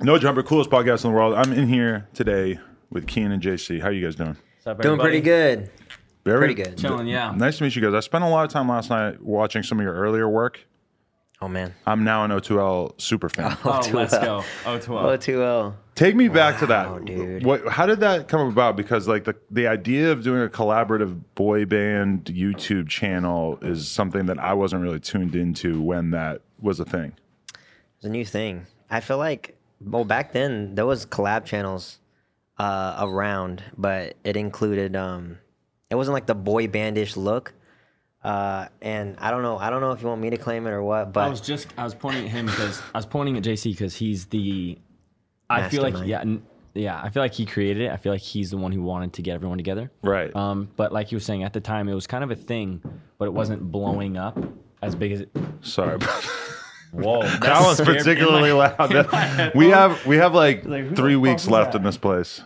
No Jumper, coolest podcast in the world. I'm in here today with Keen and JC. How you guys doing? What's up, Doing pretty everybody? good. Very Pretty good. Chilling, yeah. Nice to meet you guys. I spent a lot of time last night watching some of your earlier work. Oh man. I'm now an O2L super fan. Oh, too let's well. go. Oh, 12. Oh, too well. Take me back to that. dude. What? How did that come about? Because like the the idea of doing a collaborative boy band YouTube channel is something that I wasn't really tuned into when that was a thing. It's a new thing. I feel like well back then there was collab channels uh, around, but it included um, it wasn't like the boy bandish look. Uh, and I don't know. I don't know if you want me to claim it or what, I but was just, I was pointing at him because I was pointing at JC because he's the, I feel like, Mastermind. yeah, n- yeah, I feel like he created it. I feel like he's the one who wanted to get everyone together. Right. Um, but like you were saying, at the time it was kind of a thing, but it wasn't blowing up as big as it. Sorry. about Whoa, That one's particularly loud. we have we have like, Like, who the three fuck weeks was left that? in this place,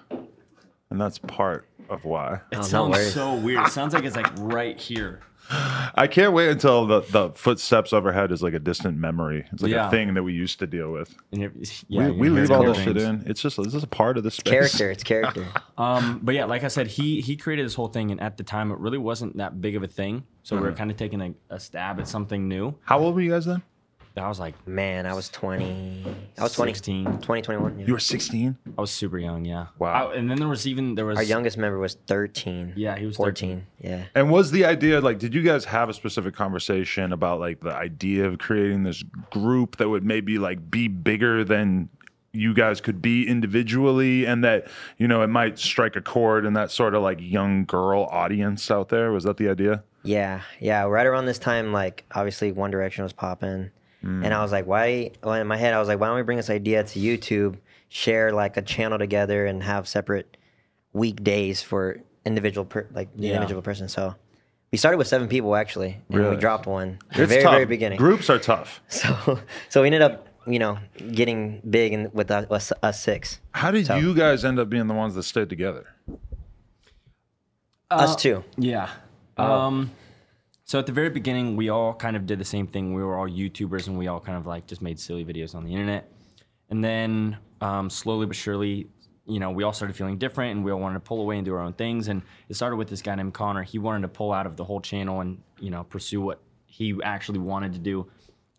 and that's part of why It no sounds worries. so weird. It sounds like it's like right here. I can't wait until the the footsteps overhead is like a distant memory. It's like Yeah. a thing that we used to deal with. And it- yeah, we we you hear leave it all go this shit rings. in. It's just this is a part of the space. character. It's character. Um, but yeah, like I said, he he created this whole thing, and at the time, it really wasn't that big of a thing. So we were kind of taking a, a stab at something new. How old were you guys then? That was like man, I was twenty. I was 20, 16. 20 21. yeah. You were sixteen. I was super young, yeah. Wow. I- and then there was even there was Our youngest member was thirteen. Yeah, he was 13. fourteen. Yeah. And was the idea like, did you guys have a specific conversation about like the idea of creating this group that would maybe like be bigger than you guys could be individually and that, you know, it might strike a chord in that sort of like young girl audience out there? Was that the idea? Yeah, yeah. Right around this time, like obviously One Direction was popping, and I was like, why? Well, in my head, I was like, why don't we bring this idea to YouTube, share like a channel together, and have separate weekdays for individual per- like the Yeah. individual person. So we started with seven people actually, and Really? we dropped one at the very tough. very beginning. Groups are tough. so so we ended up you know getting big and with us, us, us six, How did you guys end up being the ones that stayed together? us two. yeah. Um, so at the very beginning, we all kind of did the same thing. We were all YouTubers, and we all kind of like just made silly videos on the internet. And then um, slowly but surely, you know, we all started feeling different, and we all wanted to pull away and do our own things. And it started with this guy named Connor. He wanted to pull out of the whole channel and you know pursue what he actually wanted to do.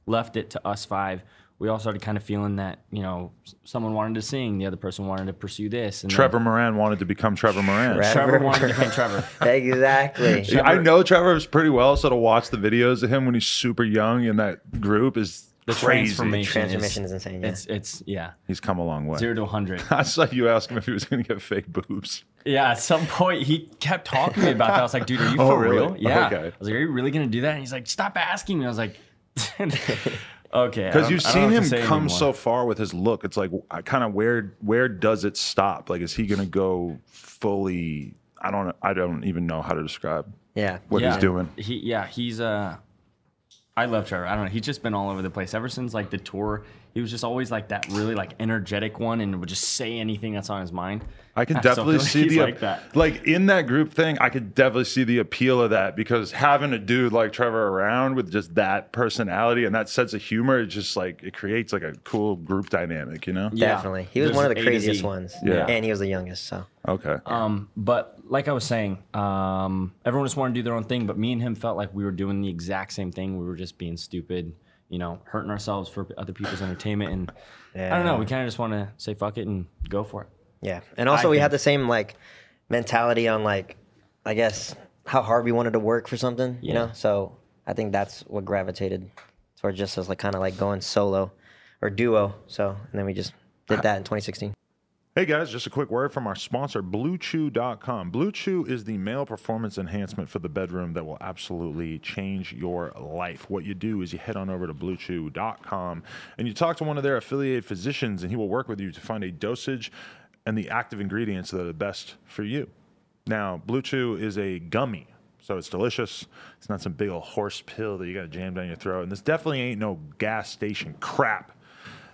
left it to us five. We all started kind of feeling that, you know, s- someone wanted to sing, the other person wanted to pursue this. And then Trevor Moran wanted to become Trevor Moran. Trevor wanted to become Trevor. exactly. I know Trevor's pretty well, so to watch the videos of him when he's super young in that group is The crazy. transformation, is- Transformation is insane, yeah. It's it's yeah, He's come a long way. zero to hundred. I saw you ask him if he was going to get fake boobs. yeah, at some point he kept talking to me about that. I was like, dude, are you Oh, for really? real? Yeah. Okay. I was like, are you really gonna do that? And he's like, stop asking me. I was like, okay. I Because don't- you've I don't know seen what to him say come anymore. so far with his look. It's like, I kind of where where does it stop? Like, is he going to go fully? I don't. I don't even know how to describe yeah. what yeah. he's doing. He yeah, he's uh I love Trevor. I don't know. He's just been all over the place ever since like the tour. He was just always like that really like energetic one and would just say anything that's on his mind. I can So I definitely feel like see he's the like that. like in that group thing. I could definitely see the appeal of that because having a dude like Trevor around with just that personality and that sense of humor, it just like it creates like a cool group dynamic. You know? Yeah. Definitely. He was There's one of A the to craziest Z. ones. Yeah. And he was the youngest, so Okay. Um, but like I was saying, um, everyone just wanted to do their own thing. But me and him felt like we were doing the exact same thing. We were just being stupid, you know, hurting ourselves for other people's entertainment. And I don't know. We kind of just want to say fuck it and go for it. yeah. And also we think- had the same like mentality on like I guess how hard we wanted to work for something, you know? So I think that's what gravitated towards just us like kinda like going solo or duo. So and then we just did that in twenty sixteen. Hey guys, just a quick word from our sponsor, BlueChew.com. Blue Chew is the male performance enhancement for the bedroom that will absolutely change your life. What you do is you head on over to BlueChew.com and you talk to one of their affiliated physicians, and he will work with you to find a dosage and the active ingredients that are the best for you. Now, Blue Chew is a gummy, so it's delicious. It's not some big old horse pill that you got to jam down your throat, and this definitely ain't no gas station crap.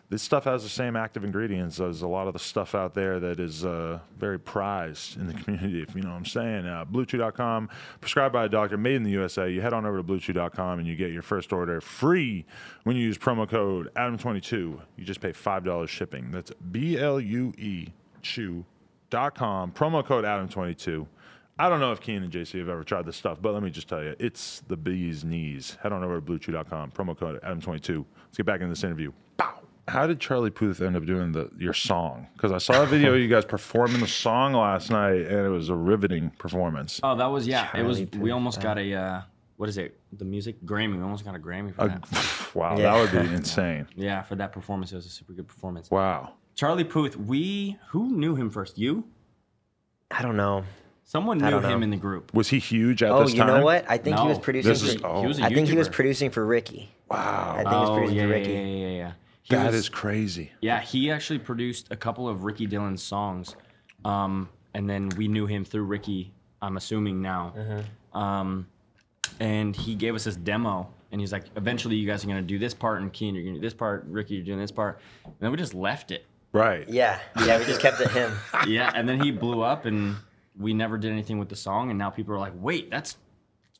this stuff has the same active ingredients as a lot of the stuff out there that is uh, very prized in the community, if you know what I'm saying. Uh, BlueChew.com, prescribed by a doctor, made in the USA. You head on over to BlueChew.com and you get your first order free when you use promo code ADAM22. You just pay $5 shipping. That's B L U E Chew.com, promo code ADAM22. I don't know if Keen and JC have ever tried this stuff, but let me just tell you, it's the bee's knees. Head on over to bluechew.com, promo code Adam22. Let's get back into this interview. Pow! How did Charlie Puth end up doing the your song? Because I saw a video of you guys performing the song last night, and it was a riveting performance. Oh, that was yeah. it was. Charlie We almost got a uh, what is it? The music Grammy. We almost got a Grammy for that. wow, Yeah. that would be insane. Yeah, for that performance, it was a super good performance. Wow. Charlie Puth. We who knew him first? You? I don't know. Someone I knew don't know. him in the group. Was he huge at Oh, this you time? know what? I think he was No. producing. This is- for, oh. He was a I think he was YouTuber. producing for Ricky. I Wow. think he was Oh producing yeah, for yeah, Ricky. yeah, yeah, yeah. He that is was- crazy. Yeah, he actually produced a couple of Ricky Dillon's songs, um, and then we knew him through Ricky. I'm assuming now, um, and he gave us this demo, and he's like, "Eventually, you guys are gonna do this part, and Keen, you're gonna do this part, Ricky, you're doing this part," and then we just left it. Right. Yeah, yeah, we just kept it him. yeah, and then he blew up, and we never did anything with the song, and now people are like, "Wait, that's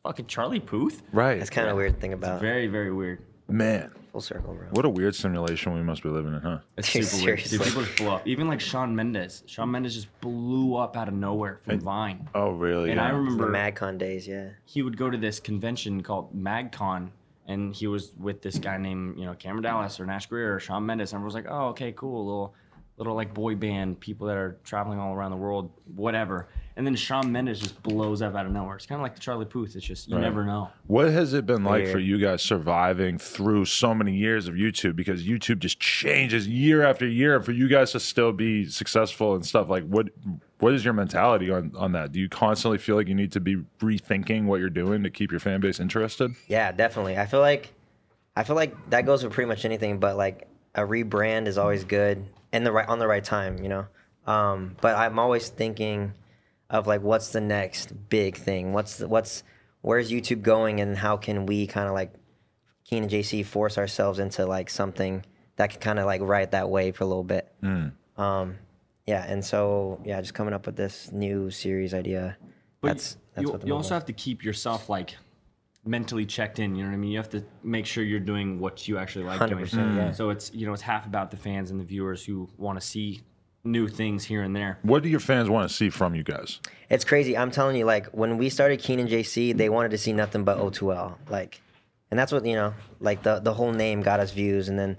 fucking Charlie Puth." Right. That's kind of weird thing about Very, very weird. Man, full circle, bro. what a weird simulation we must be living in, huh? It's Dude, super weird. Dude, seriously. people just blow up. Even like Sean Mendes. Sean Mendes just blew up out of nowhere from Vine. Oh, really? And I The remember MadCon days, yeah. he would go to this convention called MagCon, and he was with this guy named you know Cameron Dallas or Nash Greer or Sean Mendes, and everyone was like, oh okay, cool, little little like boy band, people that are traveling all around the world, whatever. And then Sean Mendes just blows up out of nowhere. It's kind of like the Charlie Puth. It's just you never know. What has it been like Weird. for you guys surviving through so many years of YouTube? Because YouTube just changes year after year. For you guys to still be successful and stuff, like what what is your mentality on on that? Do you constantly feel like you need to be rethinking what you're doing to keep your fan base interested? Yeah, definitely. I feel like I feel like that goes with pretty much anything, but like a rebrand is always good and the right on the right time, you know. Um, but I'm always thinking of like what's the next big thing? What's the, what's where's YouTube going and how can we kind of like Keen and JC force ourselves into like something that can kind of like ride that wave for a little bit. Um, yeah, and so yeah, just coming up with this new series idea. But that's that's you, what the you moment also have to keep yourself like mentally checked in. You know what I mean? You have to make sure you're doing what you actually like doing. 100%, yeah. So it's you know it's half about the fans and the viewers who want to see new things here and there. What do your fans want to see from you guys? It's crazy. I'm telling you, like when we started Keenan JC, they wanted to see nothing but O2L. Like, and that's what you know, like the the whole name got us views, and then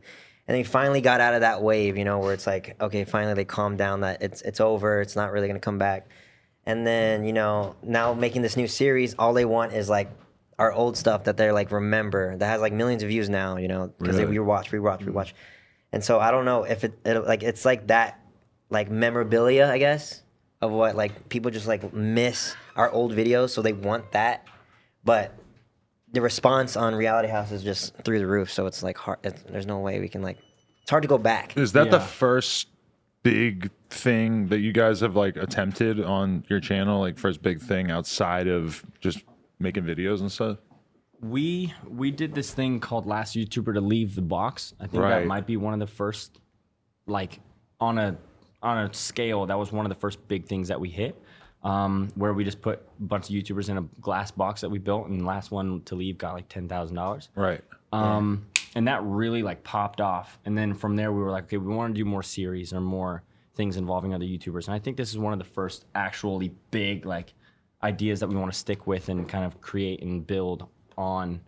and they finally got out of that wave, you know, where it's like, okay, finally they calmed down. That it's it's over. It's not really gonna come back. And then you know, now making this new series, all they want is like our old stuff that they're like remember that has like millions of views now, you know, because Really? we watch, we watch, we watch. And so I don't know if it, it like it's like that like memorabilia, I guess, of what like people just like miss our old videos, so they want that. But the response on Reality House is just through the roof, so it's like hard. It's, there's no way we can like. It's hard to go back. Is that the Yeah. first big thing that you guys have like attempted on your channel? Like first big thing outside of just making videos and stuff? We we did this thing called last YouTuber to leave the box. I think Right. that might be one of the first, like on a on a scale that was one of the first big things that we hit, um, where we just put a bunch of YouTubers in a glass box that we built, and the last one to leave got like ten thousand dollars. Right. Um, and that really like popped off. And then from there, we were like, okay, we want to do more series or more things involving other YouTubers. And I think this is one of the first actually big like ideas that we want to stick with and kind of create and build on.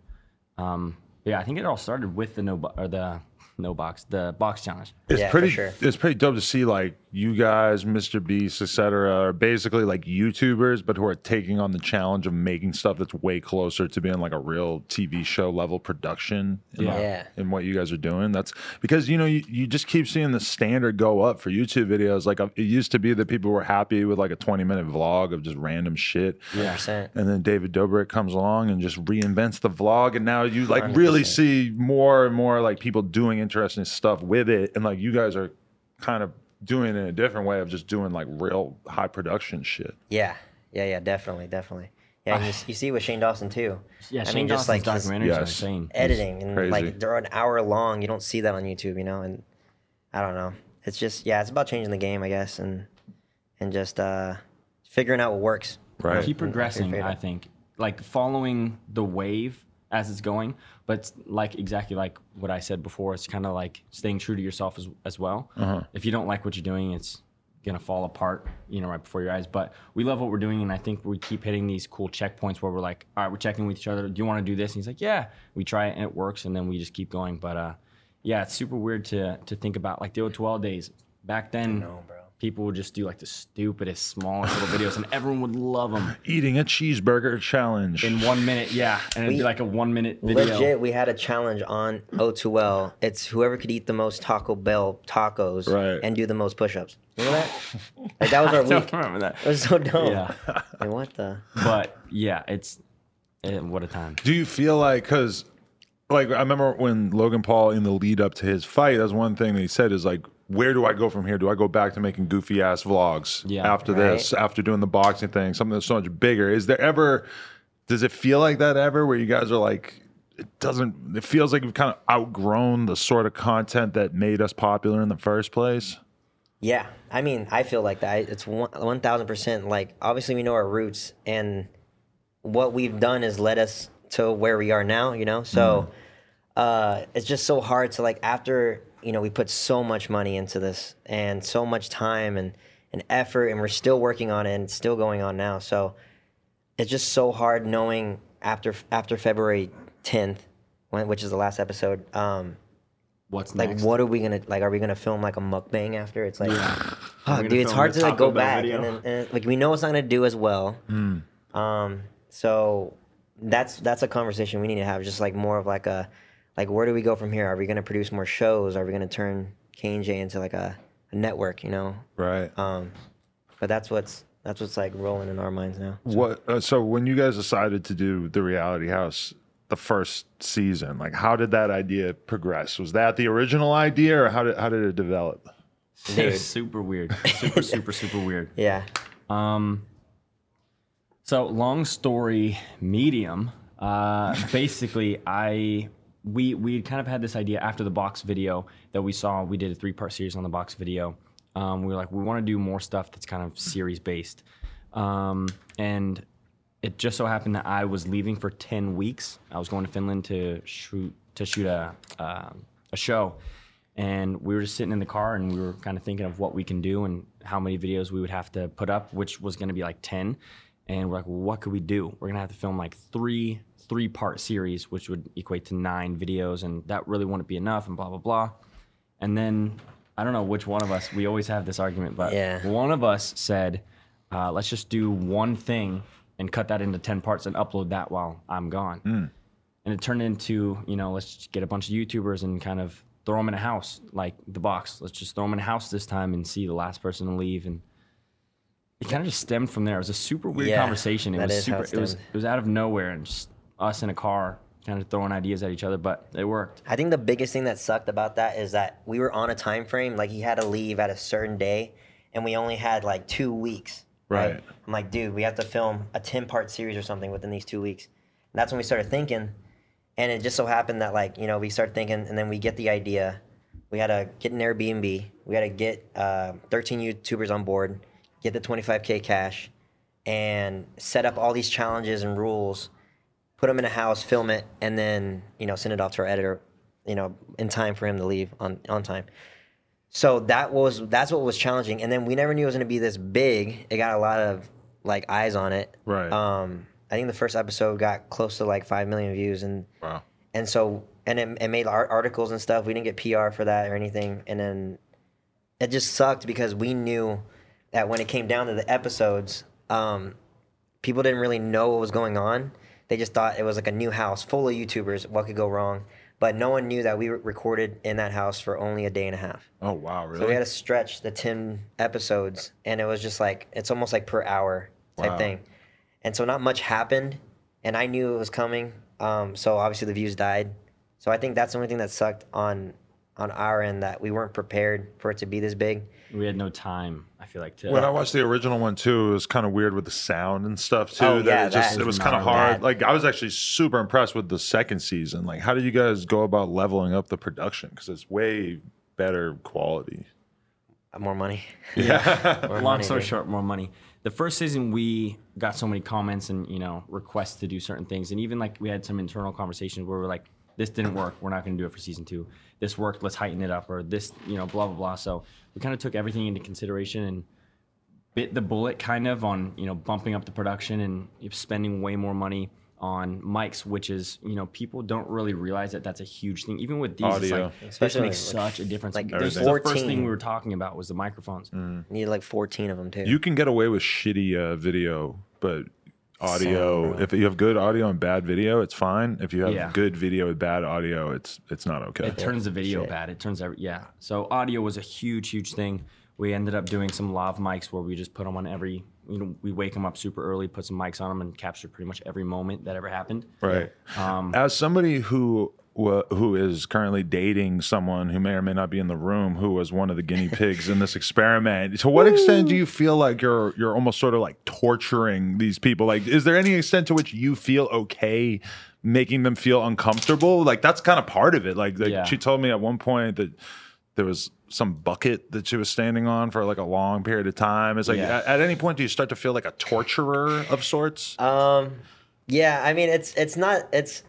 Um, but yeah, I think it all started with the no bo- or the no box, the box challenge. it's Yeah, for pretty sure. it's pretty dope to see like you guys mr beast etc are basically like youtubers but who are taking on the challenge of making stuff that's way closer to being like a real tv show level production in, Yeah. Yeah. in what you guys are doing that's because you know you, you just keep seeing the standard go up for youtube videos like it used to be that people were happy with like a 20 minute vlog of just random shit Yeah. 100%. and then David Dobrik comes along and just reinvents the vlog, and now you like really see more and more like people doing interesting stuff with it, and like you guys are kind of doing it in a different way of just doing like real high production shit. Yeah, yeah, yeah, definitely, definitely. Yeah, and you, s- you see with Shane Dawson too. Yeah, I Shane mean, Dawson's just like his documentaries are Yes. insane. editing and crazy. like they're an hour long. You don't see that on YouTube, you know. And I don't know. It's just yeah, it's about changing the game, I guess, and and just uh, figuring out what works. Right. keep progressing favorite. i think like following the wave as it's going but like exactly like what i said before it's kind of like staying true to yourself as, as well if you don't like what you're doing it's gonna fall apart you know right before your eyes but we love what we're doing and i think we keep hitting these cool checkpoints where we're like all right we're checking with each other do you want to do this and he's like yeah we try it and it works and then we just keep going but uh yeah it's super weird to to think about like the old 12 days back then people would just do like the stupidest smallest little videos and everyone would love them Eating a cheeseburger challenge. in one minute, yeah, and it'd be like a one minute video. Legit, we had a challenge on O2L. It's whoever could eat the most Taco Bell tacos Right. and do the most push-ups. Remember that? like, that was our week. remember that. It was so dumb. Yeah, Like, what the? but yeah, it's eh, what a time. Do you feel like because like I remember when Logan Paul in the lead up to his fight, that's one thing that he said is like, where do I go from here? Do I go back to making goofy ass vlogs Yeah. after this, after doing the boxing thing, something that's so much bigger? Is there ever does it feel like that ever where you guys are like it doesn't it feels like we've kind of outgrown the sort of content that made us popular in the first place? Yeah, I mean, I feel like that. I- It's one one thousand percent. Like, obviously, we know our roots, and what we've done has led us to where we are now. You know, so uh, it's just so hard to like after you know we put so much money into this and so much time and and effort, and we're still working on it, and it's still going on now. So it's just so hard knowing after after February tenth, when which is the last episode. Um, What's like, next? what are we gonna like? Are we gonna film like a mukbang after? It's like, Are we oh, gonna dude, it's film hard the to like Taco go Bell back video? and, then, and then, like we know it's not gonna do as well. Um, so that's that's a conversation we need to have. Just like more of like a like where do we go from here? Are we gonna produce more shows? Are we gonna turn KJ into like a, a network? You know. Right. Um, but that's what's that's what's like rolling in our minds now. What? Uh, so when you guys decided to do the Reality House, the first season, like how did that idea progress? Was that the original idea, or how did how did it develop? It was super weird, super super super weird. Yeah. Um, so long story medium. Uh, basically, I we we had kind of had this idea after the box video that we saw. We did a three part series on the box video. Um, we were like, we want to do more stuff that's kind of series based, um, and it just so happened that I was leaving for ten weeks. I was going to Finland to shoot to shoot a um a show, and we were just sitting in the car and we were kind of thinking of what we can do and how many videos we would have to put up, which was going to be like 10. And we're like, well, what could we do? We're going to have to film like three three part series, which would equate to nine videos, and that really wouldn't be enough, and blah blah blah. And then I don't know which one of us. We always have this argument, but Yeah. one of us said, uh, let's just do one thing and cut that into 10 parts and upload that while I'm gone and it turned into you know let's just get a bunch of YouTubers and kind of throw them in a house like the box. Let's just throw them in a house this time and see the last person to leave. And it kind of just stemmed from there. It was a super weird Yeah, conversation. It that was is how super. it It, was stemmed. it was out of nowhere and just us in a car kind of throwing ideas at each other, but it worked. I think the biggest thing that sucked about that is that we were on a time frame. Like he had to leave at a certain day, and we only had like two weeks. Right. I'm like, dude, we have to film a ten part series or something within these two weeks. And that's when we started thinking, and it just so happened that like you know we started thinking, and then we get the idea. We had to get an Airbnb. We had to get uh, 13 YouTubers on board, get the 25k cash, and set up all these challenges and rules put them in a house, film it, and then you know send it off to our editor, you know, in time for him to leave on on time. So that was that's what was challenging, and then we never knew it was going to be this big. It got a lot of like eyes on it. Right. Um, I think the first episode got close to like five million views, and Wow. and so and it, it made art articles and stuff. We didn't get PR for that or anything, and then it just sucked because we knew that when it came down to the episodes, um, people didn't really know what was going on. They just thought it was like a new house full of YouTubers. What could go wrong? But no one knew that we re- recorded in that house for only a day and a half. Oh wow, really? So we had to stretch the 10 episodes, and it was just like, it's almost like per hour type Wow. thing. And so not much happened, and I knew it was coming. Um, so obviously the views died. So I think that's the only thing that sucked on on our end that we weren't prepared for it to be this big. We had no time. I feel like to. when I watched the original one too, it was kind of weird with the sound and stuff too. Oh, yeah, it just that it was was kind of not hard. bad. Like I was actually super impressed with the second season. Like how did you guys go about leveling up the production? Because it's way better quality. More money. Yeah. More Long money, story dude. short, more money. The first season, we got so many comments and you know requests to do certain things, and even like we had some internal conversations where we we're like, "This didn't work. We're not going to do it for season two. This worked. Let's heighten it up." Or this, you know, blah blah blah. So we kind of took everything into consideration and bit the bullet kind of on you know bumping up the production and spending way more money on mics, which is you know people don't really realize that that's a huge thing. Even with these, it's Audio. like, this Especially, makes like, such a difference. like, this is the first 14. thing we were talking about was the microphones. Need like 14 of them too. Hmm. You can get away with shitty uh, video, but audio. if you have good audio and bad video, it's fine. If you have Yeah. good video with bad audio, it's it's not okay. It turns the video Shit. bad. It turns every yeah. So audio was a huge, huge thing. We ended up doing some lav mics where we just put them on every. You know, we wake them up super early, put some mics on them, and capture pretty much every moment that ever happened. Right. Um, As somebody who wa- who is currently dating someone who may or may not be in the room who was one of the guinea pigs in this experiment, to what extent do you feel like you're you're almost sort of like torturing these people? Like, is there any extent to which you feel okay making them feel uncomfortable? Like that's kind of part of it. Like, like Yeah. she told me at one point that there was some bucket that she was standing on for like a long period of time. It's like Yeah. at, at any point do you start to feel like a torturer of sorts? Uh, Um, yeah, I mean, it's it's not it's,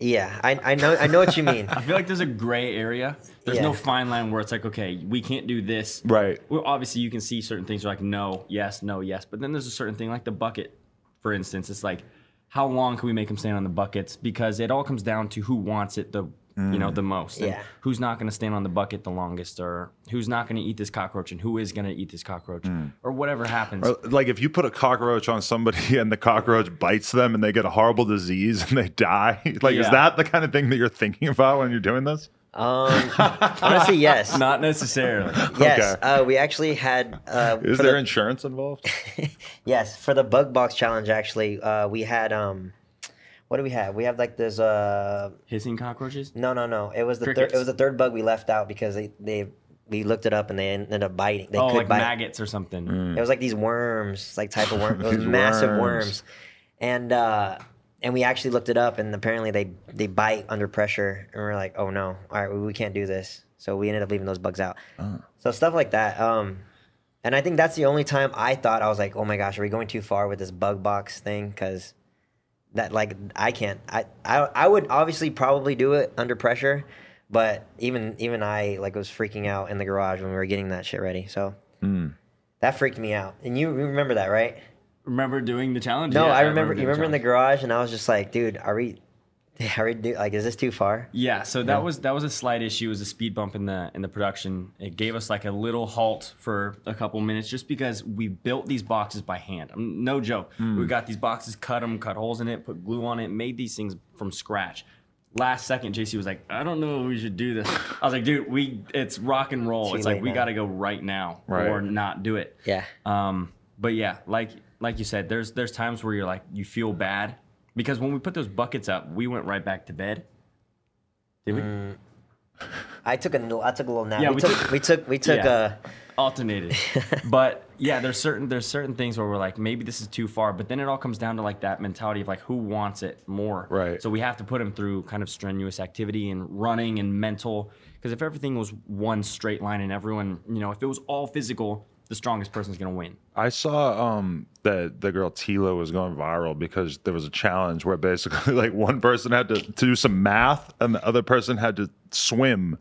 yeah, I, I know I know what you mean. I feel like there's a gray area. There's no Yeah. fine line where it's like, okay, we can't do this. Right. Well, obviously, you can see certain things are like no, yes, no, yes. But then there's a certain thing like the bucket, for instance. It's like, how long can we make them stand on the buckets? Because it all comes down to who wants it the you know the most. and Mm. Yeah. Who's not going to stand on the bucket the longest, or who's not going to eat this cockroach, and who is going to eat this cockroach, Mm. or whatever happens. Or, Like if you put a cockroach on somebody and the cockroach bites them and they get a horrible disease and they die, like is Yeah. that the kind of thing that you're thinking about when you're doing this? Um, honestly, yes, not necessarily. yes. okay. Uh, we actually had. Uh, Is for there the- insurance involved? Yes, for the bug box challenge, actually, uh, we had um, what do we have? We have like this uh, Hissing cockroaches. no, no, no. It was the third. Crickets. It was the third bug we left out because they they we looked it up and they ended up biting. They Oh, could like bite. Mm. maggots or something. It was like these worms, like type of worm. It was Mm. These massive worms. worms. and uh, and we actually looked it up, and apparently they they bite under pressure, and we are like, oh no, all right, we, we can't do this. So we ended up leaving those bugs out. Oh. So stuff like that. Um, and I think that's the only time I thought I was like, oh my gosh, are we going too far with this bug box thing? Because that like I can't. I, I I would obviously probably do it under pressure, but even even I like was freaking out in the garage when we were getting that shit ready. So that freaked me out. And you you remember that, right? Remember doing the challenge? No, Yeah, I remember. You doing remember in challenge. the garage, and I was just like, dude, are we? Are we do, like? Is this too far? Yeah, so that was that was a slight issue. It was a speed bump in the in the production. It gave us like a little halt for a couple minutes, just because we built these boxes by hand. i no joke. Hmm. We got these boxes, cut them, cut holes in it, put glue on it, made these things from scratch. Last second, JC was like, "I don't know if we should do this." I was like, "Dude, we it's rock and roll. Too It's like late we now." got to go right now Right. or not do it." Yeah. Um, but yeah, like like you said, there's there's times where you're like you feel bad because when we put those buckets up, we went right back to bed. Did we? Mm. I took a little. I took a little nap. Yeah, we, we took, took- We took. We took. Yeah. Uh, alternated. but yeah, there's certain there's certain things where we're like maybe this is too far, but then it all comes down to like that mentality of like who wants it more. Right. So we have to put them through kind of strenuous activity and running and mental because if everything was one straight line and everyone, you know, if it was all physical, the strongest person's going to win. I saw um, that the girl Tila was going viral because there was a challenge where basically like one person had to, to do some math and the other person had to swim,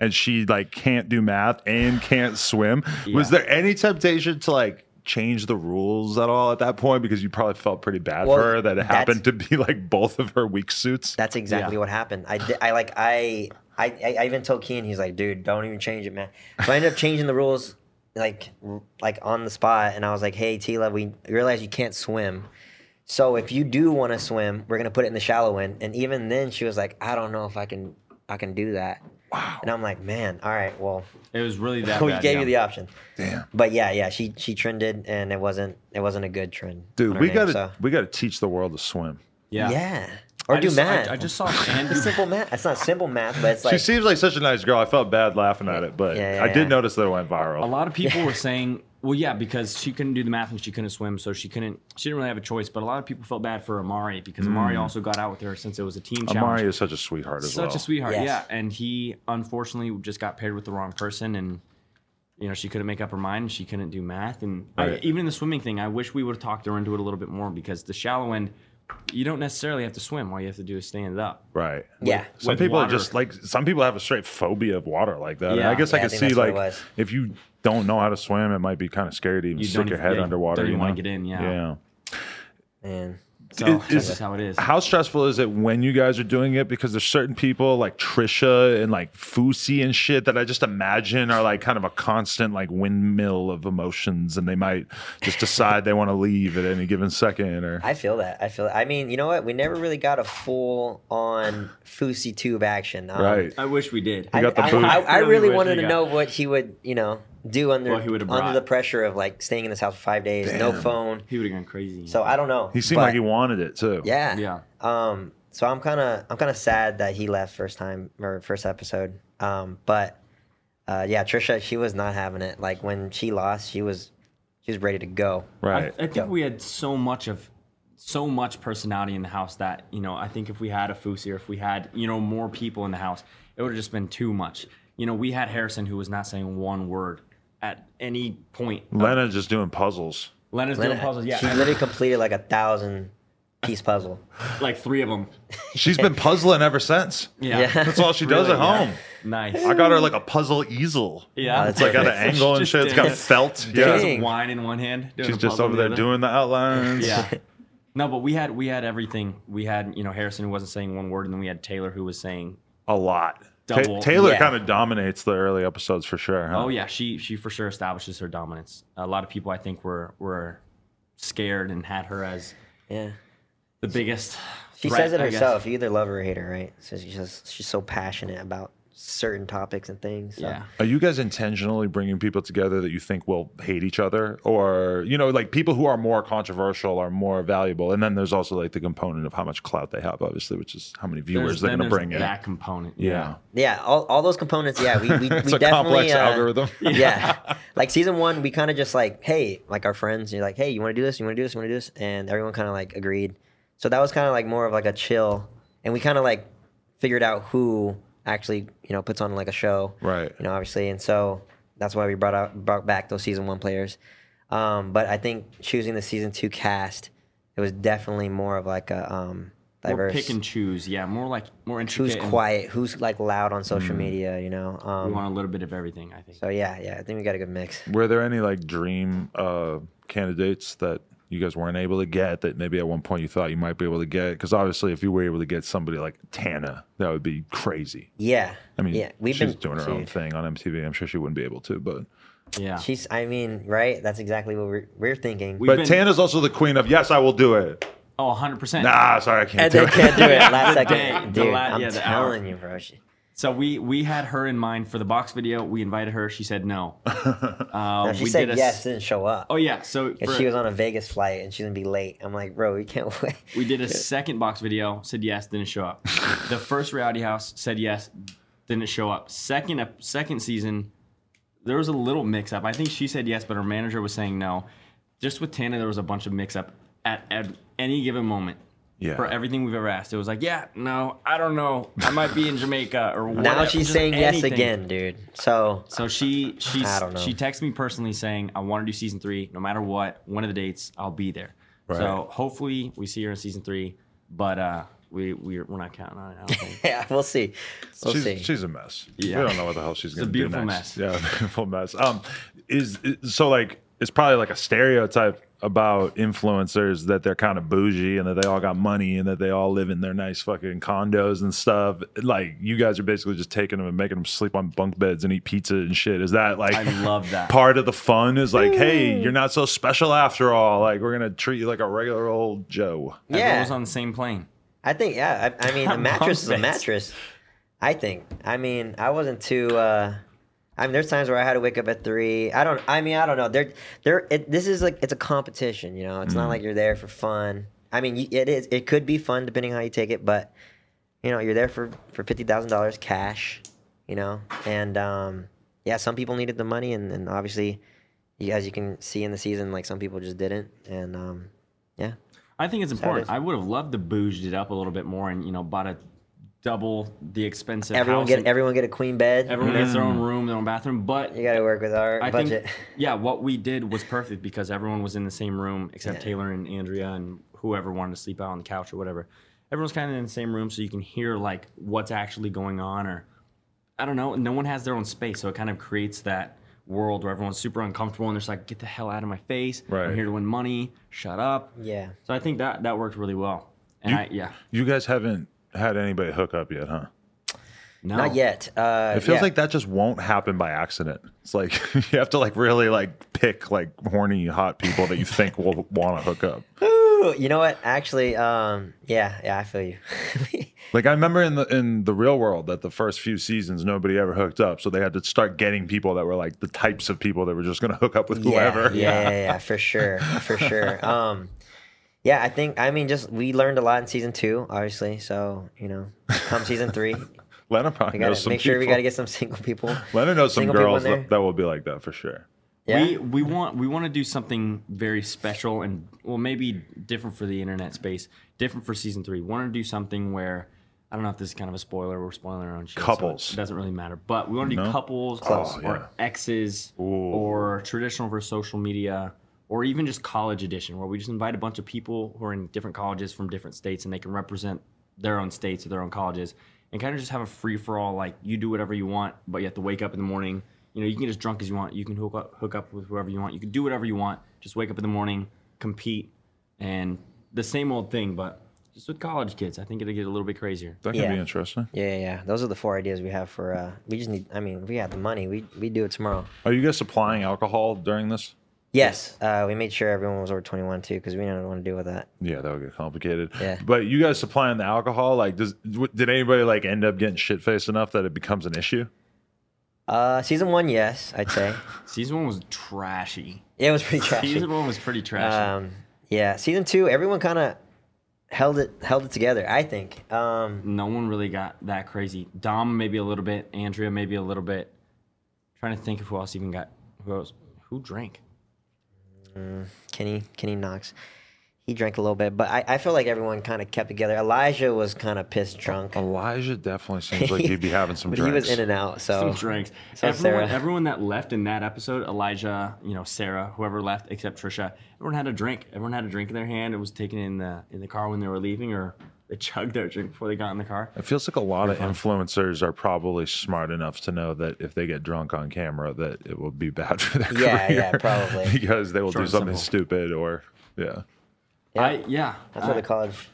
and she like can't do math and can't swim. Was Yeah. there any temptation to like change the rules at all at that point because you probably felt pretty bad Well, for her that it that's- happened to be like both of her weak suits? That's exactly Yeah. what happened. I, did, I like I, I I I even told Keen he's like, dude, don't even change it, man. So I ended up changing the rules like r- like on the spot, and I was like, hey Tila, we realize you can't swim. So if you do want to swim, we're gonna put it in the shallow end. And even then, she was like, I don't know if I can I can do that. Wow. And I'm like, man, all right, well, It was really that we bad, gave yeah. you the option. Damn. But yeah, yeah, she she trended, and it wasn't it wasn't a good trend. on Dude, her we name, gotta so- we gotta teach the world to swim. Yeah. yeah, or I do just, I- math. I, just saw Andrew. It's simple math. It's not simple math, but it's she like seems like such a nice girl. I felt bad laughing at it, but Yeah, yeah, I did yeah. notice that it went viral. A lot of people were saying Well, yeah, because she couldn't do the math and she couldn't swim, so she couldn't. She didn't really have a choice. But a lot of people felt bad for Amari because Amari also got out with her since it was a team Hmm. Amari challenge. is such a sweetheart as Such well. a sweetheart, Yes. yeah. And he unfortunately just got paired with the wrong person, and you know she couldn't make up her mind. She couldn't do math, and I, Right. even in the swimming thing, I wish we would have talked her into it a little bit more because the shallow end, you don't necessarily have to swim. All you have to do is stand up. Right. Yeah. Some With people are water. just like some people have a straight phobia of water like that. And I Yeah. guess I Yeah, I can think see that's what it like was. if you don't know how to swim, it might be kind of scary to even You stick don't your even- head yeah, you underwater. don't you even wanna know? get in, yeah. Yeah. Man. So It- that's it's- just how it is. How stressful is it when you guys are doing it? Because there's certain people like Trisha and like Fusi and shit that I just imagine are like kind of a constant like windmill of emotions, and they might just decide they want to leave at any given second. Or I feel that. I feel. I mean, you know what? We never really got a full on Fousey tube action. Um, right, I wish we did. I, got the I- boot. I- I Really really wish wanted we to got- know what he would, you know, do under What he would've under brought. the pressure of like staying in this house for five days, no phone. he would have gone crazy. So I don't know. he seemed but- like he wanted it too. Yeah. yeah. Um. So I'm kind of I'm kind of sad that he left first time or first episode. Um. But uh, yeah, Trisha, she was not having it. Like when she lost, she was she was ready to go. right. I, I think we had so much of so much personality in the house that you know I think if we had a Fusi or if we had you know more people in the house, it would have just been too much. You know, we had Harrison who was not saying one word at any point. Lena's just doing puzzles. Leonard's doing puzzles, yeah, She and, literally completed like a thousand piece puzzle. like three of them. She's been puzzling ever since. Yeah, Yeah. That's all she does Really, at yeah. home. nice. I got her like a puzzle easel. Yeah, Oh, it's Like that's got like an She angle and just shit. It's got did. felt. Dang. Yeah. wine in one hand. doing She's a just puzzle over in there the other. doing the outlines. Yeah. No, but we had we had everything. We had you know Harrison who wasn't saying one word, and then we had Taylor who was saying A lot. Ta- Double. Taylor Yeah. kind of dominates the early episodes for sure. Huh? Oh yeah, she she for sure establishes her dominance. A lot of people I think were were scared and had her as Yeah. the biggest. She threat, says it I guess. herself. You either love her or hate her, right? So she's just she's so passionate about certain topics and things. so- Yeah. Are you guys intentionally bringing people together that you think will hate each other, or you know, like people who are more controversial are more valuable? And then there's also like the component of how much clout they have, obviously, which is how many viewers There's- they're then going to there's bring in. that component. Yeah, Yeah. All, all those components. Yeah. We we, it's we a definitely. complex uh, algorithm. yeah. Like season one, we kind of just like, hey, like our friends, you're like, hey, you want to do this? You want to do this? You want to do this? And everyone kind of like agreed. So that was kind of like more of like a chill, and we kind of like figured out who actually you know puts on like a show, Right. You know, obviously, and so that's why we brought out brought back those season one players. Um, but I think choosing the season two cast, it was definitely more of like a um, More diverse. pick and choose. Yeah. More like more intricate. who's and quiet? Who's like loud on social media? You know. We Um, want a little bit of everything. I think. so yeah, yeah, I think we got a good mix. Were there any like dream uh, candidates that you guys weren't able to get that maybe at one point you thought you might be able to get? Because obviously, if you were able to get somebody like Tana, that would be crazy. Yeah. I mean, yeah, she's doing her own dude, thing on MTV. I'm sure she wouldn't be able to, but yeah. She's, I mean, right? That's exactly what we're, we're thinking. We- but We've been- Tana's also the queen of yes, I will do it. oh, 100 percent. Nah, sorry, I can't and do they it. can't do it last second. day, the dude, la- I'm yeah, the hour. telling you, bro. She, So we we had her in mind for the box video. We invited her. She said no. Uh, no, she we said did a s- yes, didn't show up. Oh yeah. So And for- she was on a Vegas flight and she's gonna be late. I'm like, bro, we can't wait. We did a second box video, said yes, didn't show up. the first reality house said yes, didn't show up. Second ep- second season, there was a little mix up. I think she said yes, but her manager was saying no. Just with Tana, there was a bunch of mix up at, at any given moment. Yeah. For everything we've ever asked, it was like, yeah, no, I don't know, I might be in Jamaica or whatever. now she's Just saying yes anything. again, dude. So So she she I don't know. she texted me personally saying, "I want to do season three, no matter what. One of the dates, I'll be there." So hopefully we see her in season three, but uh, we we're, we're not counting on it. I don't think. yeah, we'll see. We'll she's, see. she's a mess. Yeah. We don't know what the hell she's going to do beautiful next. Yeah, beautiful mess. Um, is, is so like it's probably like a stereotype about influencers that they're kind of bougie and that they all got money and that they all live in their nice fucking condos and stuff. Like you guys are basically just taking them and making them sleep on bunk beds and eat pizza and shit. Is that like I love that. part of the fun? Is like, hey, Mm. you're not so special after all. Like we're gonna treat you like a regular old Joe. yeah, Everyone was on the same plane. I think yeah. I, I mean, a mattress is a Bunk beds. mattress. I think. I mean, I wasn't too. Uh, I mean, there's times where I had to wake up at three. I don't. I mean, I don't know. There, there. It, this is like it's a competition. You know, it's Mm. not like you're there for fun. I mean, you- it is. It could be fun depending how you take it, but you know, you're there for for fifty thousand dollars cash. You know, and um, yeah, some people needed the money, and, and obviously, you, as you can see in the season, like some people just didn't, and um, yeah, I think it's how it important. is. I would have loved to bouged it up a little bit more and you know bought a double the expensive. everyone house get Mm. and everyone get a queen bed. everyone gets their own room, their own bathroom. But you got to work with our I budget. think yeah, what we did was perfect because everyone was in the same room except Taylor and Andrea and whoever wanted to sleep out on the couch or whatever. Everyone's kind of in the same room, so you can hear like what's actually going on, or I don't know. No one has their own space, so it kind of creates that world where everyone's super uncomfortable and they're just like, "Get the hell out of my face! Right. I'm here to win money. Shut up." yeah, So I think that that worked really well. And I, yeah, You guys haven't had anybody hook up yet, huh? no, not yet. Uh, It feels yeah. like that just won't happen by accident. It's like you have to like really like pick like horny hot people that you think will want to hook up. Ooh, you know what? Actually, um, yeah, yeah, I feel you. Like I remember in the in the real world that the first few seasons nobody ever hooked up, so they had to start getting people that were like the types of people that were just going to hook up with whoever. Yeah, yeah, yeah, yeah, for sure, for sure. Um, yeah, I think I mean just we learned a lot in season two, obviously. So you know, come season three, we Lennon probably gotta knows some make sure we people. gotta get some single people. Lennon knows some single people girls in there. that, that will be like that for sure. Yeah, We we want we want to do something very special and well maybe different for the internet space, different for season three. want to do something where I don't know if this is kind of a spoiler. We're spoiling our own shit, so Couples. it doesn't really matter, but we want to do No? couples Close, or yeah. exes Ooh. or traditional versus social media or even just college edition, where we just invite a bunch of people who are in different colleges from different states and they can represent their own states or their own colleges and kind of just have a free for all. Like you do whatever you want, but you have to wake up in the morning. You know, you can get as drunk as you want. You can hook up, hook up with whoever you want. You can do whatever you want. Just wake up in the morning, compete, and the same old thing, but just with college kids. I think it'll get a little bit crazier. That could Yeah. be interesting. yeah, yeah, yeah. Those are the four ideas we have for. Uh, we just need. I mean, we got the money. We we do it tomorrow. Are you guys supplying alcohol during this? Yes, uh, we made sure everyone was over twenty one too, because we didn't want to deal with that. Yeah, that would get complicated. Yeah. But you guys supplying the alcohol, like, does w- did anybody like end up getting shit faced enough that it becomes an issue? Uh, season one, yes, I'd say Season one was trashy. it was pretty trashy. Season one was pretty trashy. Um, yeah, season two, everyone kind of held it held it together. I think. Um, no one really got that crazy. Dom maybe a little bit, Andrea maybe a little bit. trying to think of who else even got who else who drank. Kenny Kenny Knox. He drank a little bit, but I, I feel like everyone kind of kept together. Elijah was kind of pissed drunk. Elijah definitely seems like he'd be having some but drinks. he was in and out, so Some drinks. Oh, so everyone, Sarah. everyone that left in that episode, Elijah, you know, Sarah, whoever left except Trisha, everyone had a drink. Everyone had a drink in their hand. It was taken in the in the car when they were leaving, or they chugged their drink before they got in the car. It feels like a lot of influencers are probably smart enough to know that if they get drunk on camera, that it will be bad for their Yeah, career. yeah, probably. because they will Short do and something simple. stupid or yeah. Yeah. I, yeah. Uh, that's where I- the college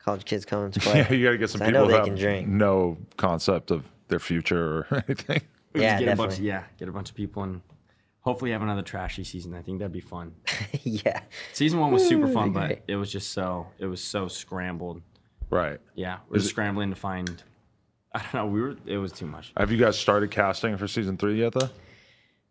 college kids come into play. Yeah, you got to get some I people know who they have can drink. no concept of their future or anything. we just Yeah, get a bunch, definitely. yeah, get a bunch of people and hopefully have another trashy season. I think that'd be fun. yeah, Season one was super fun, great. but it was just so it was so scrambled. Right. Yeah, we're Is just it- scrambling to find. I don't know. We were. It was too much. Have you guys started casting for season three yet, though?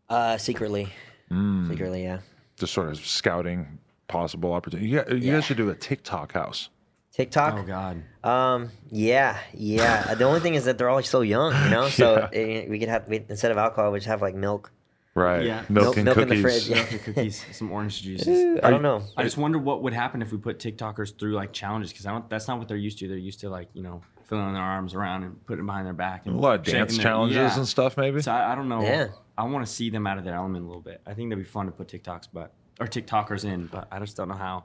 uh, secretly, Hmm. secretly, yeah. Just sort of scouting possible opportunities. You, guys- you Yeah. guys should do a TikTok house. TikTok, Oh God. um, yeah, yeah. Uh, the only thing is that they're all so young, you know. So Yeah. eh, we could have we, instead of alcohol, we just have like milk. Right. Yeah. Milk Milk- and milk in the cookies. fridge, yeah. Chocolate cookies, some orange juices. I don't know. I just wonder what would happen if we put TikTokers through like challenges because I don't. That's not what they're used to. They're used to like you know filling their arms around and putting them behind their back and A lot of dance shaking their- challenges yeah. and stuff, maybe. So I, I don't know. Yeah. I want to see them out of their element a little bit. I think that'd be fun to put TikToks, but or TikTokers in, but I just don't know how.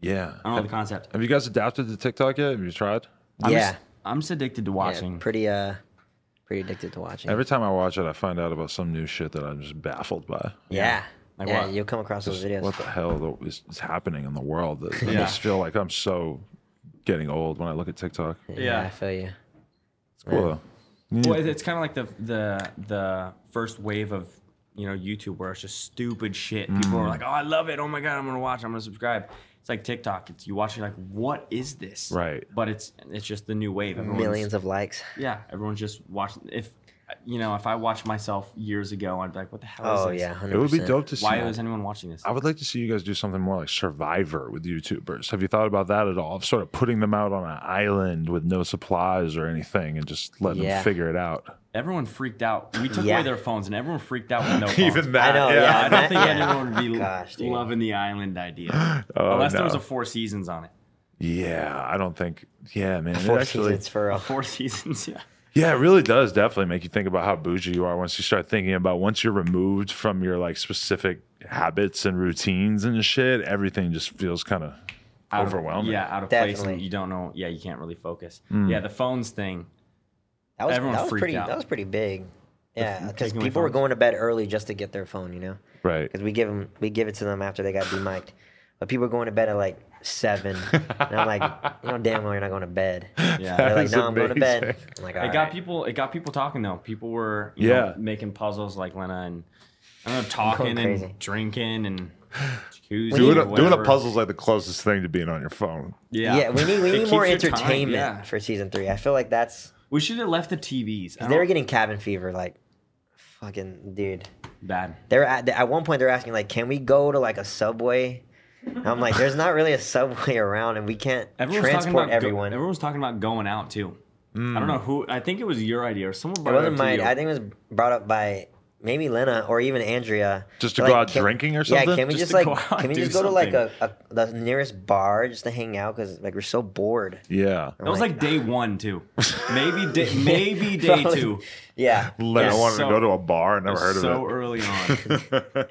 Yeah. I don't know the Have, concept. have you guys adapted to TikTok yet? Have you tried? I'm Uh, yeah, just, I'm just addicted to yeah, watching. pretty uh, pretty addicted to watching. Every time I watch it, I find out about some new shit that I'm just baffled by. yeah, yeah, Like what? you'll come across those videos. What the hell tho- is, is happening in the world? That I Yeah. just feel like I'm so getting old when I look at TikTok. It's yeah, Yeah. I feel you. cool though. Well, it- it's kind of like the the the first wave of you know YouTube where it's just stupid shit. People Mm. are like, "Oh, I love it! Oh my god, I'm gonna watch! I'm gonna subscribe." It's like TikTok. It's you watch it like, "What is this?" Right. But it's it's just the new wave. Everyone's, Millions of likes. Yeah, everyone's just watching. If you know, if I watched myself years ago, I'd be like, what the hell is Oh this? yeah, 100%. It would be dope to see. Why that. is anyone watching this? I would like to see you guys do something more like Survivor with YouTubers. Have you thought about that at all? Of sort of putting them out on an island with no supplies or anything and just letting Yeah. them figure it out. Everyone freaked out. We took Yeah. away their phones, and everyone freaked out with no phones. Even that. I know, yeah. I don't think Yeah. anyone would be Gosh, dude. loving the island idea, Oh, unless no. there was a Four Seasons on it. Yeah, I don't think. Yeah, man. Four it actually, seasons for real. Four Seasons, yeah. yeah, it really does definitely make you think about how bougie you are once you start thinking about once you're removed from your like specific habits and routines and shit. Everything just feels kind of Out of- overwhelming. yeah, out of place, and Definitely. you don't know. Yeah, you can't really focus. Mm. Yeah, the phones thing. That was, Everyone that was freaked pretty. out. That was pretty big. Yeah, because taking away people were phones. going to bed early just to get their phone. You know, right. because we give 'em- we give it to them after they got demiked. But people were going to bed at like seven, and I'm like, you know, damn well you're not going to bed. Yeah. That They're like, is no, I'm going to bed. amazing. I'm like, It all got right. people. It got people talking though. People were, you Yeah. know, making puzzles like Lena and I don't know, talking crazy. and drinking and jacuzzi. Doing or a, doing a whatever. puzzle's like the closest thing to being on your phone. Yeah, Yeah. we need It we need keeps more your time, entertainment yeah. for season three. I feel like that's We should have left the TVs. I they were don't- getting cabin fever. Like, fucking dude. bad. They're at at one point they're asking like, can we go to like a subway? And I'm like, there's not really a subway around, and we can't Everyone's talking transport about everyone. Go, everyone was talking about going out too. Mm. I don't know who. I think it was your idea or someone It brought wasn't up to mine. you. I think it was brought up by maybe Lena or even Andrea. Just to They're go out drinking or something? Yeah, can we Just just, to like go out can we and just do go to like a, a the nearest bar just to hang out because like we're so bored. Yeah. that was like day one too. Maybe day, maybe day Probably. two. Yeah, Like, Yeah, I wanted so- to go to a bar. I never heard of so it. early on.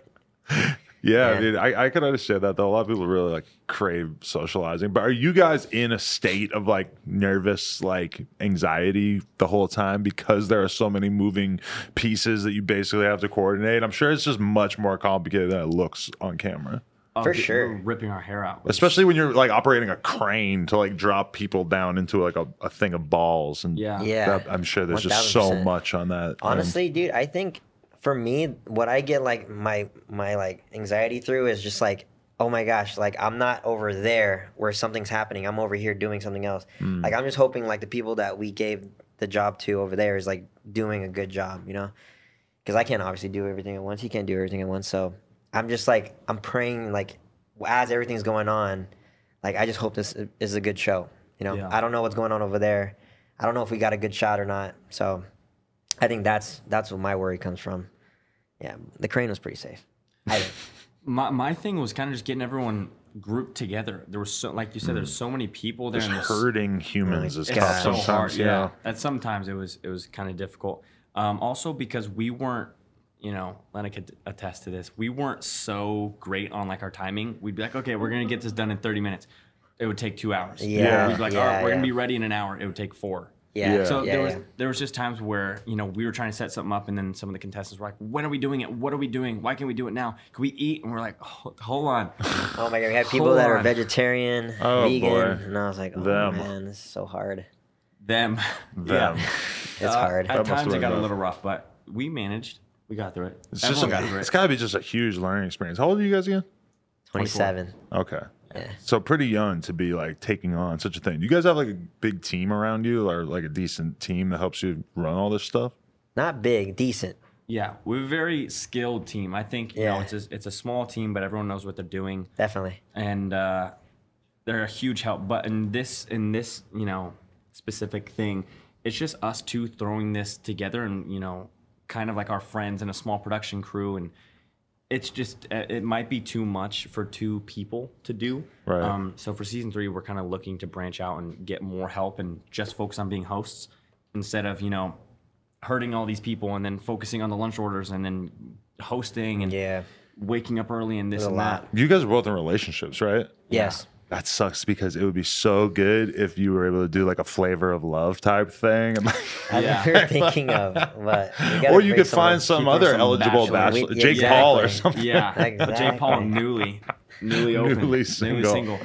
Yeah, Yeah. dude, I, I could understand that though. A lot of people really like crave socializing. But are you guys in a state of like nervous, like anxiety the whole time because there are so many moving pieces that you basically have to coordinate? I'm sure it's just much more complicated than it looks on camera. Oh, For dude, we sure. were ripping our hair out. Especially when you're like operating a crane to like drop people down into like a, a thing of balls and Yeah. yeah. that- I'm sure there's just so 1000%. much on that. end. Honestly, dude, I think for me, what I get like my my like anxiety through is just like, oh my gosh, like I'm not over there where something's happening. I'm over here doing something else. Like I'm just hoping like the people that we gave the job to over there is like doing a good job, you know? Because I can't obviously do everything at once. He can't do everything at once. So I'm just like I'm praying like as everything's going on, like I just hope this is a good show. You know, Yeah. I don't know what's going on over there. I don't know if we got a good shot or not. So I think that's that's where my worry comes from. Yeah, the crane was pretty safe. I, my my thing was kind of just getting everyone grouped together. There was so like you said, there's so many people there. Just and there's- hurting humans is It's tough so sometimes. hard. yeah. Yeah. At sometimes it was it was kind of difficult. Um, also because we weren't, you know, Lena could attest to this. We weren't so great on like our timing. We'd be like, okay, we're gonna get this done in 30 minutes. It would take two hours. Yeah, We'd be like, yeah, all right, we're yeah. gonna be ready in an hour. It would take four. yeah, yeah. So yeah, there was there was just times where you know we were trying to set something up, and then some of the contestants were like, "When are we doing it? What are we doing? Why can't we do it now? Can we eat?" And we're like, "Ho- "Hold on, Oh my god, we had people Hold that are on. vegetarian, Oh, vegan, boy. and I was like, oh Them. man, this is so hard. them, Them. It's Uh, hard. At must have times it been got a rough. little rough, but we managed. We got through it. It's just got a, through it's it. got to be just a huge learning experience. How old are you guys again? 27. Okay. Yeah. So pretty young to be like taking on such a thing. Do you guys have like a big team around you or like a decent team that helps you run all this stuff? Not big, decent. Yeah, we're a very skilled team. I think you know Yeah. it's a, it's a small team, but everyone knows what they're doing, Definitely. and uh, they're a huge help. But in this in this you know specific thing, it's just us two throwing this together, and you know, kind of like our friends and a small production crew, and it's just uh, it might be too much for two people to do. Right. Um, so for season three, we're kind of looking to branch out and get more help and just focus on being hosts instead of you know hurting all these people and then focusing on the lunch orders and then hosting and Yeah. waking up early and this There's a and lot. that. You guys are both in relationships, right? Yes. That sucks because it would be so good if you were able to do like a flavor of love type thing. I Yeah. never thinking of, but we gotta or you bring could find some someone- keep other some eligible bachelor. bachelor, We- yeah, Jake Paul or exactly. something. Yeah, Jake Paul Exactly. newly, newly open, Newly single.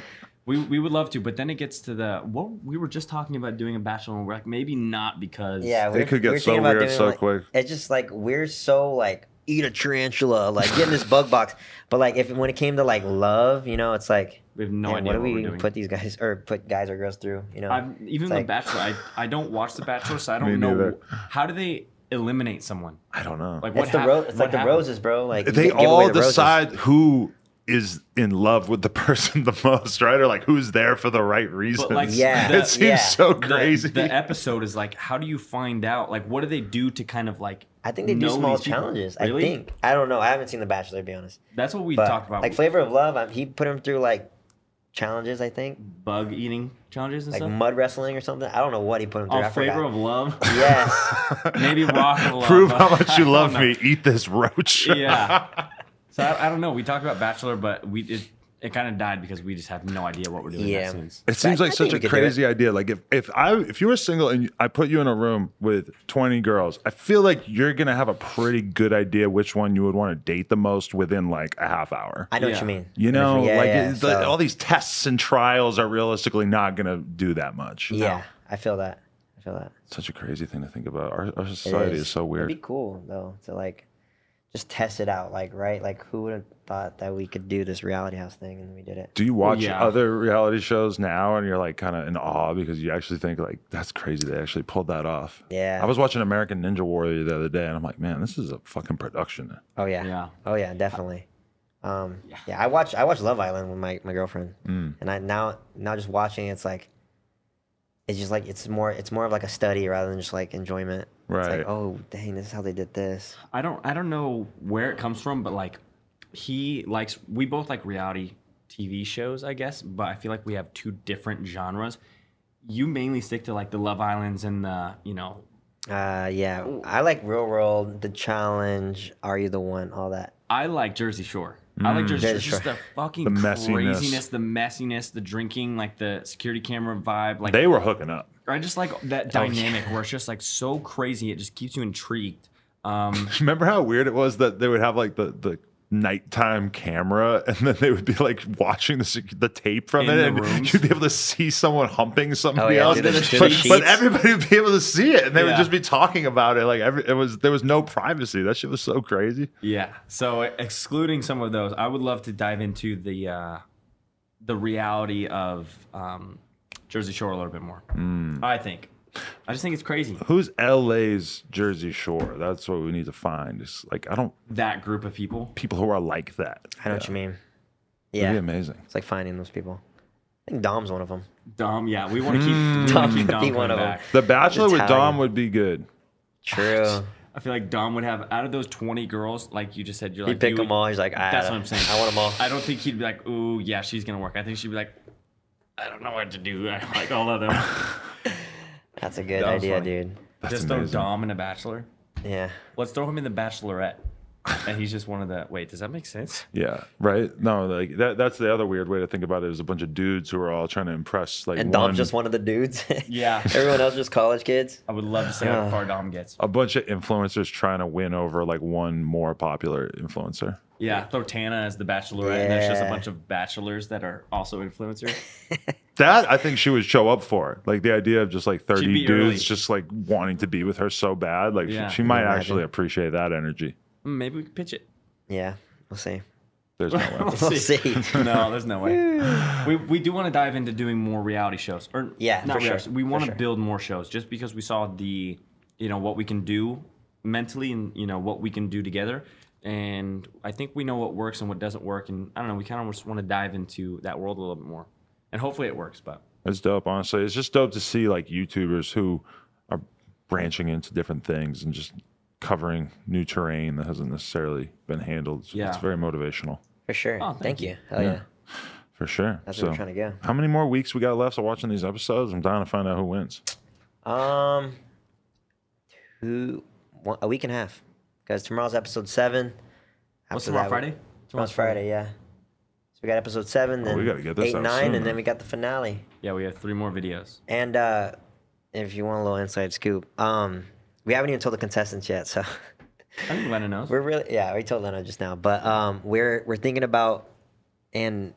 We, we would love to, but then it gets to the what we were just talking about doing a bachelor and we're like maybe not because Yeah, It could get so thinking about weird doing, so like- quick. It's just like we're so like eat a tarantula, like get in this bug box. But like if when it came to like love, you know, it's like we have no man, idea what do what, we we are doing. put these guys or put guys or girls through? You know, I've, even It's the like- Bachelor, I, I don't watch the Bachelor, so I Me don't know neither. how do they. eliminate someone? I don't know. Like what It's the hap- ro- It's what like the happened? roses, bro. Like you they can't give away all the roses. decide who is in love with the person the most, right? Or like who's there for the right reasons. like, Yeah. it the- seems yeah. so The- crazy. The, episode is like, how do you find out? Like, what do they do to kind of like? I think they do know small these people? challenges. Really? I think. I don't know. I haven't seen The Bachelor to be honest. that's what we But talked about. like Flavor of Love, I, he put him through like challenges. I think bug eating challenges and like stuff. mud wrestling or something. I don't know what he put him through. Oh, I flavor forgot. of love. yes. Maybe rock of lava. Prove how much you I love don't know. me. Eat this roach. yeah. So I, I don't know. We talked about Bachelor, but we it, it kind of died because we just have no idea what we're doing. Yeah. Yeah. Next It seems I- like I such think a we could do it. crazy idea. Like if if I if you were single and I put you in a room with 20 girls, I feel like you're going to have a pretty good idea which one you would want to date the most within like a half hour. I know what Yeah. you mean. you know, Yeah, like yeah, it's like so- all these tests and trials are realistically not going to do that much. Yeah, I feel that. I feel that. Such a crazy thing to think about. Our, our It society is. so weird. It'd be cool though to like just test it out, like right? Like who would have thought that we could do this reality house thing and we did it? do you watch Yeah. other reality shows now and you're like kind of in awe because you actually think like that's crazy they actually pulled that off? Yeah. I was watching American Ninja Warrior the other day and I'm like, man, this is a fucking production. Oh yeah. Yeah. Oh yeah, definitely. Um, yeah. I watch I watch Love Island with my, my girlfriend, Mm. and I now now just watching it's like it's just like it's more it's more of like a study rather than just like enjoyment. It's Right. like oh dang, this is how they did this. I don't I don't know where it comes from, but like he likes we both like reality TV shows, I guess, but I feel like we have two different genres. You mainly stick to like the Love Islands and the, you know, Uh, yeah, I like Real World, The Challenge, Are You the One, all that. I like Jersey Shore. I like Jersey Shore. Mm, Jersey It's Just Shore. the fucking The messiness. craziness, the messiness, the drinking, like the security camera vibe. Like They were hooking up. I just like that dynamic where it's just like so crazy. It just keeps you intrigued. Um, Remember how weird it was that they would have like the the nighttime camera and then they would be like watching the sec- the tape from In it the and rooms. you'd be able to see someone humping somebody Oh, yeah, else through the- but, through the but sheets. everybody would be able to see it and they would Yeah. just be talking about it like every it was there was no privacy that shit was so crazy yeah. So excluding some of those, I would love to dive into the uh, the reality of um, Jersey Shore a little bit more. Hmm. I think. I just think it's crazy who's la's jersey shore that's what we need to find it's like i don't that group of people. people who are like that I know what you mean. it'd Yeah, be amazing it's like finding those people. I think Dom's one of them. Dom, yeah, we want to keep Dom, keep Dom could Dom Hmm. be coming one of 'em. back. the bachelor with dom Italian. would be good True. I feel like Dom would have out of those twenty girls, like you just said, you're He like picked you them would- all. He's like, I, That's what I'm saying. I want them all. I don't think he'd be like, ooh, yeah, she's gonna work. I think she'd be like, I don't know what to do. I like all of them. That's a good That was idea, funny. dude. that's Just throw amazing Dom in a bachelor. Yeah. Let's throw him in the Bachelorette. And he's just one of the wait, does that make sense? Yeah, right. No, like that. That's the other weird way to think about it is a bunch of dudes who are all trying to impress, like And one, Dom's just one of the dudes. Yeah. Everyone else just college kids. I would love to see how far Dom gets. a bunch of influencers trying to win over like one more popular influencer. Yeah, throw Tana as the Bachelorette, and there's just a Yeah. bunch of bachelors that are also influencers. That I think she would show up for. Like the idea of just like She'd thirty be dudes early. just like wanting to be with her so bad. Like she- Yeah. she, might Imagine. actually appreciate that energy. Mm, Maybe we could pitch it. Yeah. We'll see. There's no way. We'll see. no, there's no way. we, we do want to dive into doing more reality shows, or Yeah, not for sure, reality- We for want to sure. build more shows, just because we saw the, you know, what we can do mentally, and you know what we can do together, and I think we know what works and what doesn't work, and I don't know. We kind of just want to dive into that world a little bit more, and hopefully it works. But It's dope, honestly. It's just dope to see like YouTubers who are branching into different things and just covering new terrain that hasn't necessarily been handled. So It's Yeah. very motivational For sure. Oh, thank, thank you. Hell yeah. for sure. That's so. where we're trying to How many more weeks we got left of watching these episodes? I'm dying to find out who wins. go. Um, two, one, a week and a half. Because tomorrow's episode seven. what's After tomorrow that, Friday? Oh, Tomorrow's Friday, yeah. So we got episode seven, then we gotta get this eight, out nine, soon, and man. then we got the finale. Yeah, we have three more videos. And uh, if you want a little inside scoop, um, we haven't even told the contestants yet, so I think Lena knows. we're really yeah, we told Leno just now, but um, we're we're thinking about and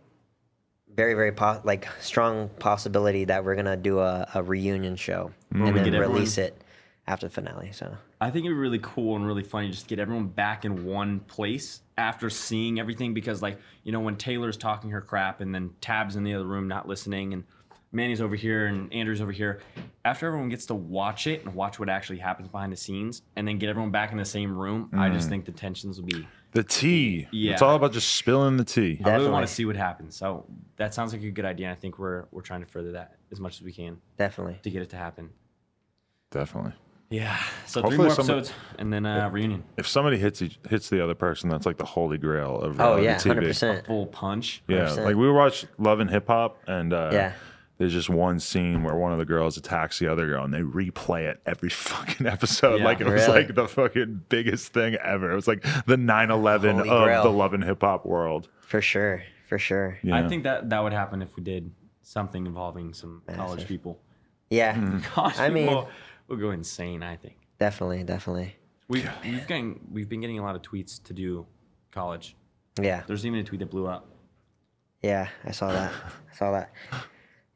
very very po- like strong possibility that we're gonna do a, a reunion show and we then get everyone- release it after the finale. So I think it'd be really cool and really funny just to get everyone back in one place after seeing everything because like you know when Taylor's talking her crap and then Tab's in the other room not listening and Manny's over here and Andrew's over here. After everyone gets to watch it and watch what actually happens behind the scenes, and then get everyone back in the same room, I just think the tensions will be. The tea. Yeah. It's all about just spilling the tea. I really want Definitely. to see what happens. So that sounds like a good idea. And I think we're we're trying to further that as much as we can Definitely. to get it to happen. Definitely. Yeah. So Hopefully three more somebody- episodes and then uh, reunion. If somebody hits each, hits the other person, that's like the holy grail of uh, Oh reality yeah, TV. hundred percent. Full punch. Yeah, 100%. like we watched Love and Hip Hop, and uh, Yeah. there's just one scene where one of the girls attacks the other girl, and they replay it every fucking episode. Yeah. like it was Really? like the fucking biggest thing ever. It was like the 9/11 Holy of grail. the Love and Hip Hop world. For sure. For sure. you know? I think that that would happen if we did something involving some college people. Yeah. College I mean- people will go insane. I think Definitely. Definitely. we've we've getting we've been getting a lot of tweets to do college. Yeah. There's even a tweet that blew up. Yeah. I saw that. I saw that.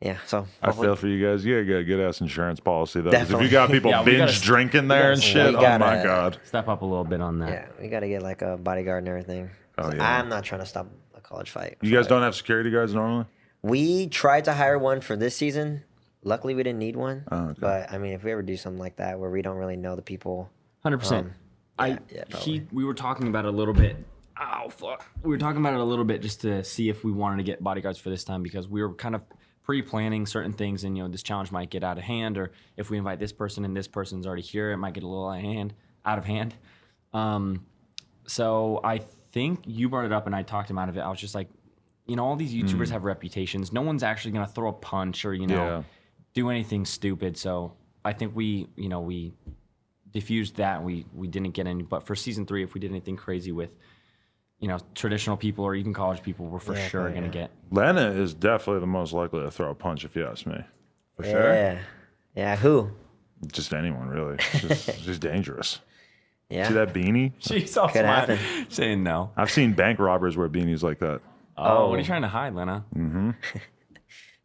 Yeah. So I feel for you guys. Yeah, got a good ass insurance policy though. 'cause If you Definitely. got people Yeah, we binge gotta- drinking there and shit, we oh my gotta- god. Step up a little bit on that. yeah, we gotta get like a bodyguard and everything. Oh, So yeah. I'm not trying to stop a college fight. You guys don't have security guards normally. We tried to hire one for this season. Luckily, we didn't need one. Oh, okay. But I mean, if we ever do something like that where we don't really know the people, Hundred percent. Um, I yeah, yeah, he we were talking about it a little bit. Oh fuck. We were talking about it a little bit just to see if we wanted to get bodyguards for this time because we were kind of pre-planning certain things and you know this challenge might get out of hand or if we invite this person and this person's already here it might get a little out of hand out of hand. Um, so I think you brought it up and I talked him out of it. I was just like, you know, all these YouTubers Hmm. have reputations. No one's actually gonna throw a punch or you know Yeah. do anything stupid. So I think we, you know, we diffused that. And we we didn't get any, but for season three, if we did anything crazy with, you know, traditional people or even college people, we're for sure gonna get. Lena is definitely the most likely to throw a punch if you ask me. For sure. yeah, yeah, who? Just anyone really. She's, she's dangerous. Yeah, See that beanie? She's all Could smiling, happen. saying no. I've seen bank robbers wear beanies like that. Oh, what are you trying to hide, Lena?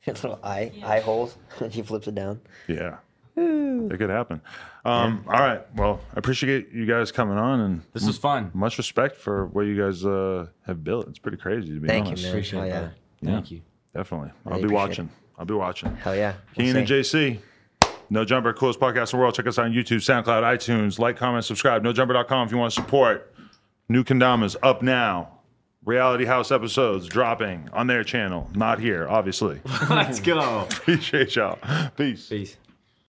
His little eye eye holes. he flips it down. Yeah. It could happen. Um, All right. Well, I appreciate you guys coming on and This was fun. much respect for what you guys uh, have built. It's pretty crazy to be Thank you, honest. man. Appreciate Oh, it, yeah. brother. Yeah. Thank you. Definitely. I'll Really be appreciate watching. I'll be watching. Hell yeah. We'll Keen and see. JC. No Jumper, coolest podcast in the world. Check us out on YouTube, SoundCloud, iTunes. Like, comment, subscribe. NoJumper.com if you want to support. New Kendamas up now. Reality House episodes dropping on their channel. Not here, obviously. Let's go. Appreciate y'all. Peace. Peace.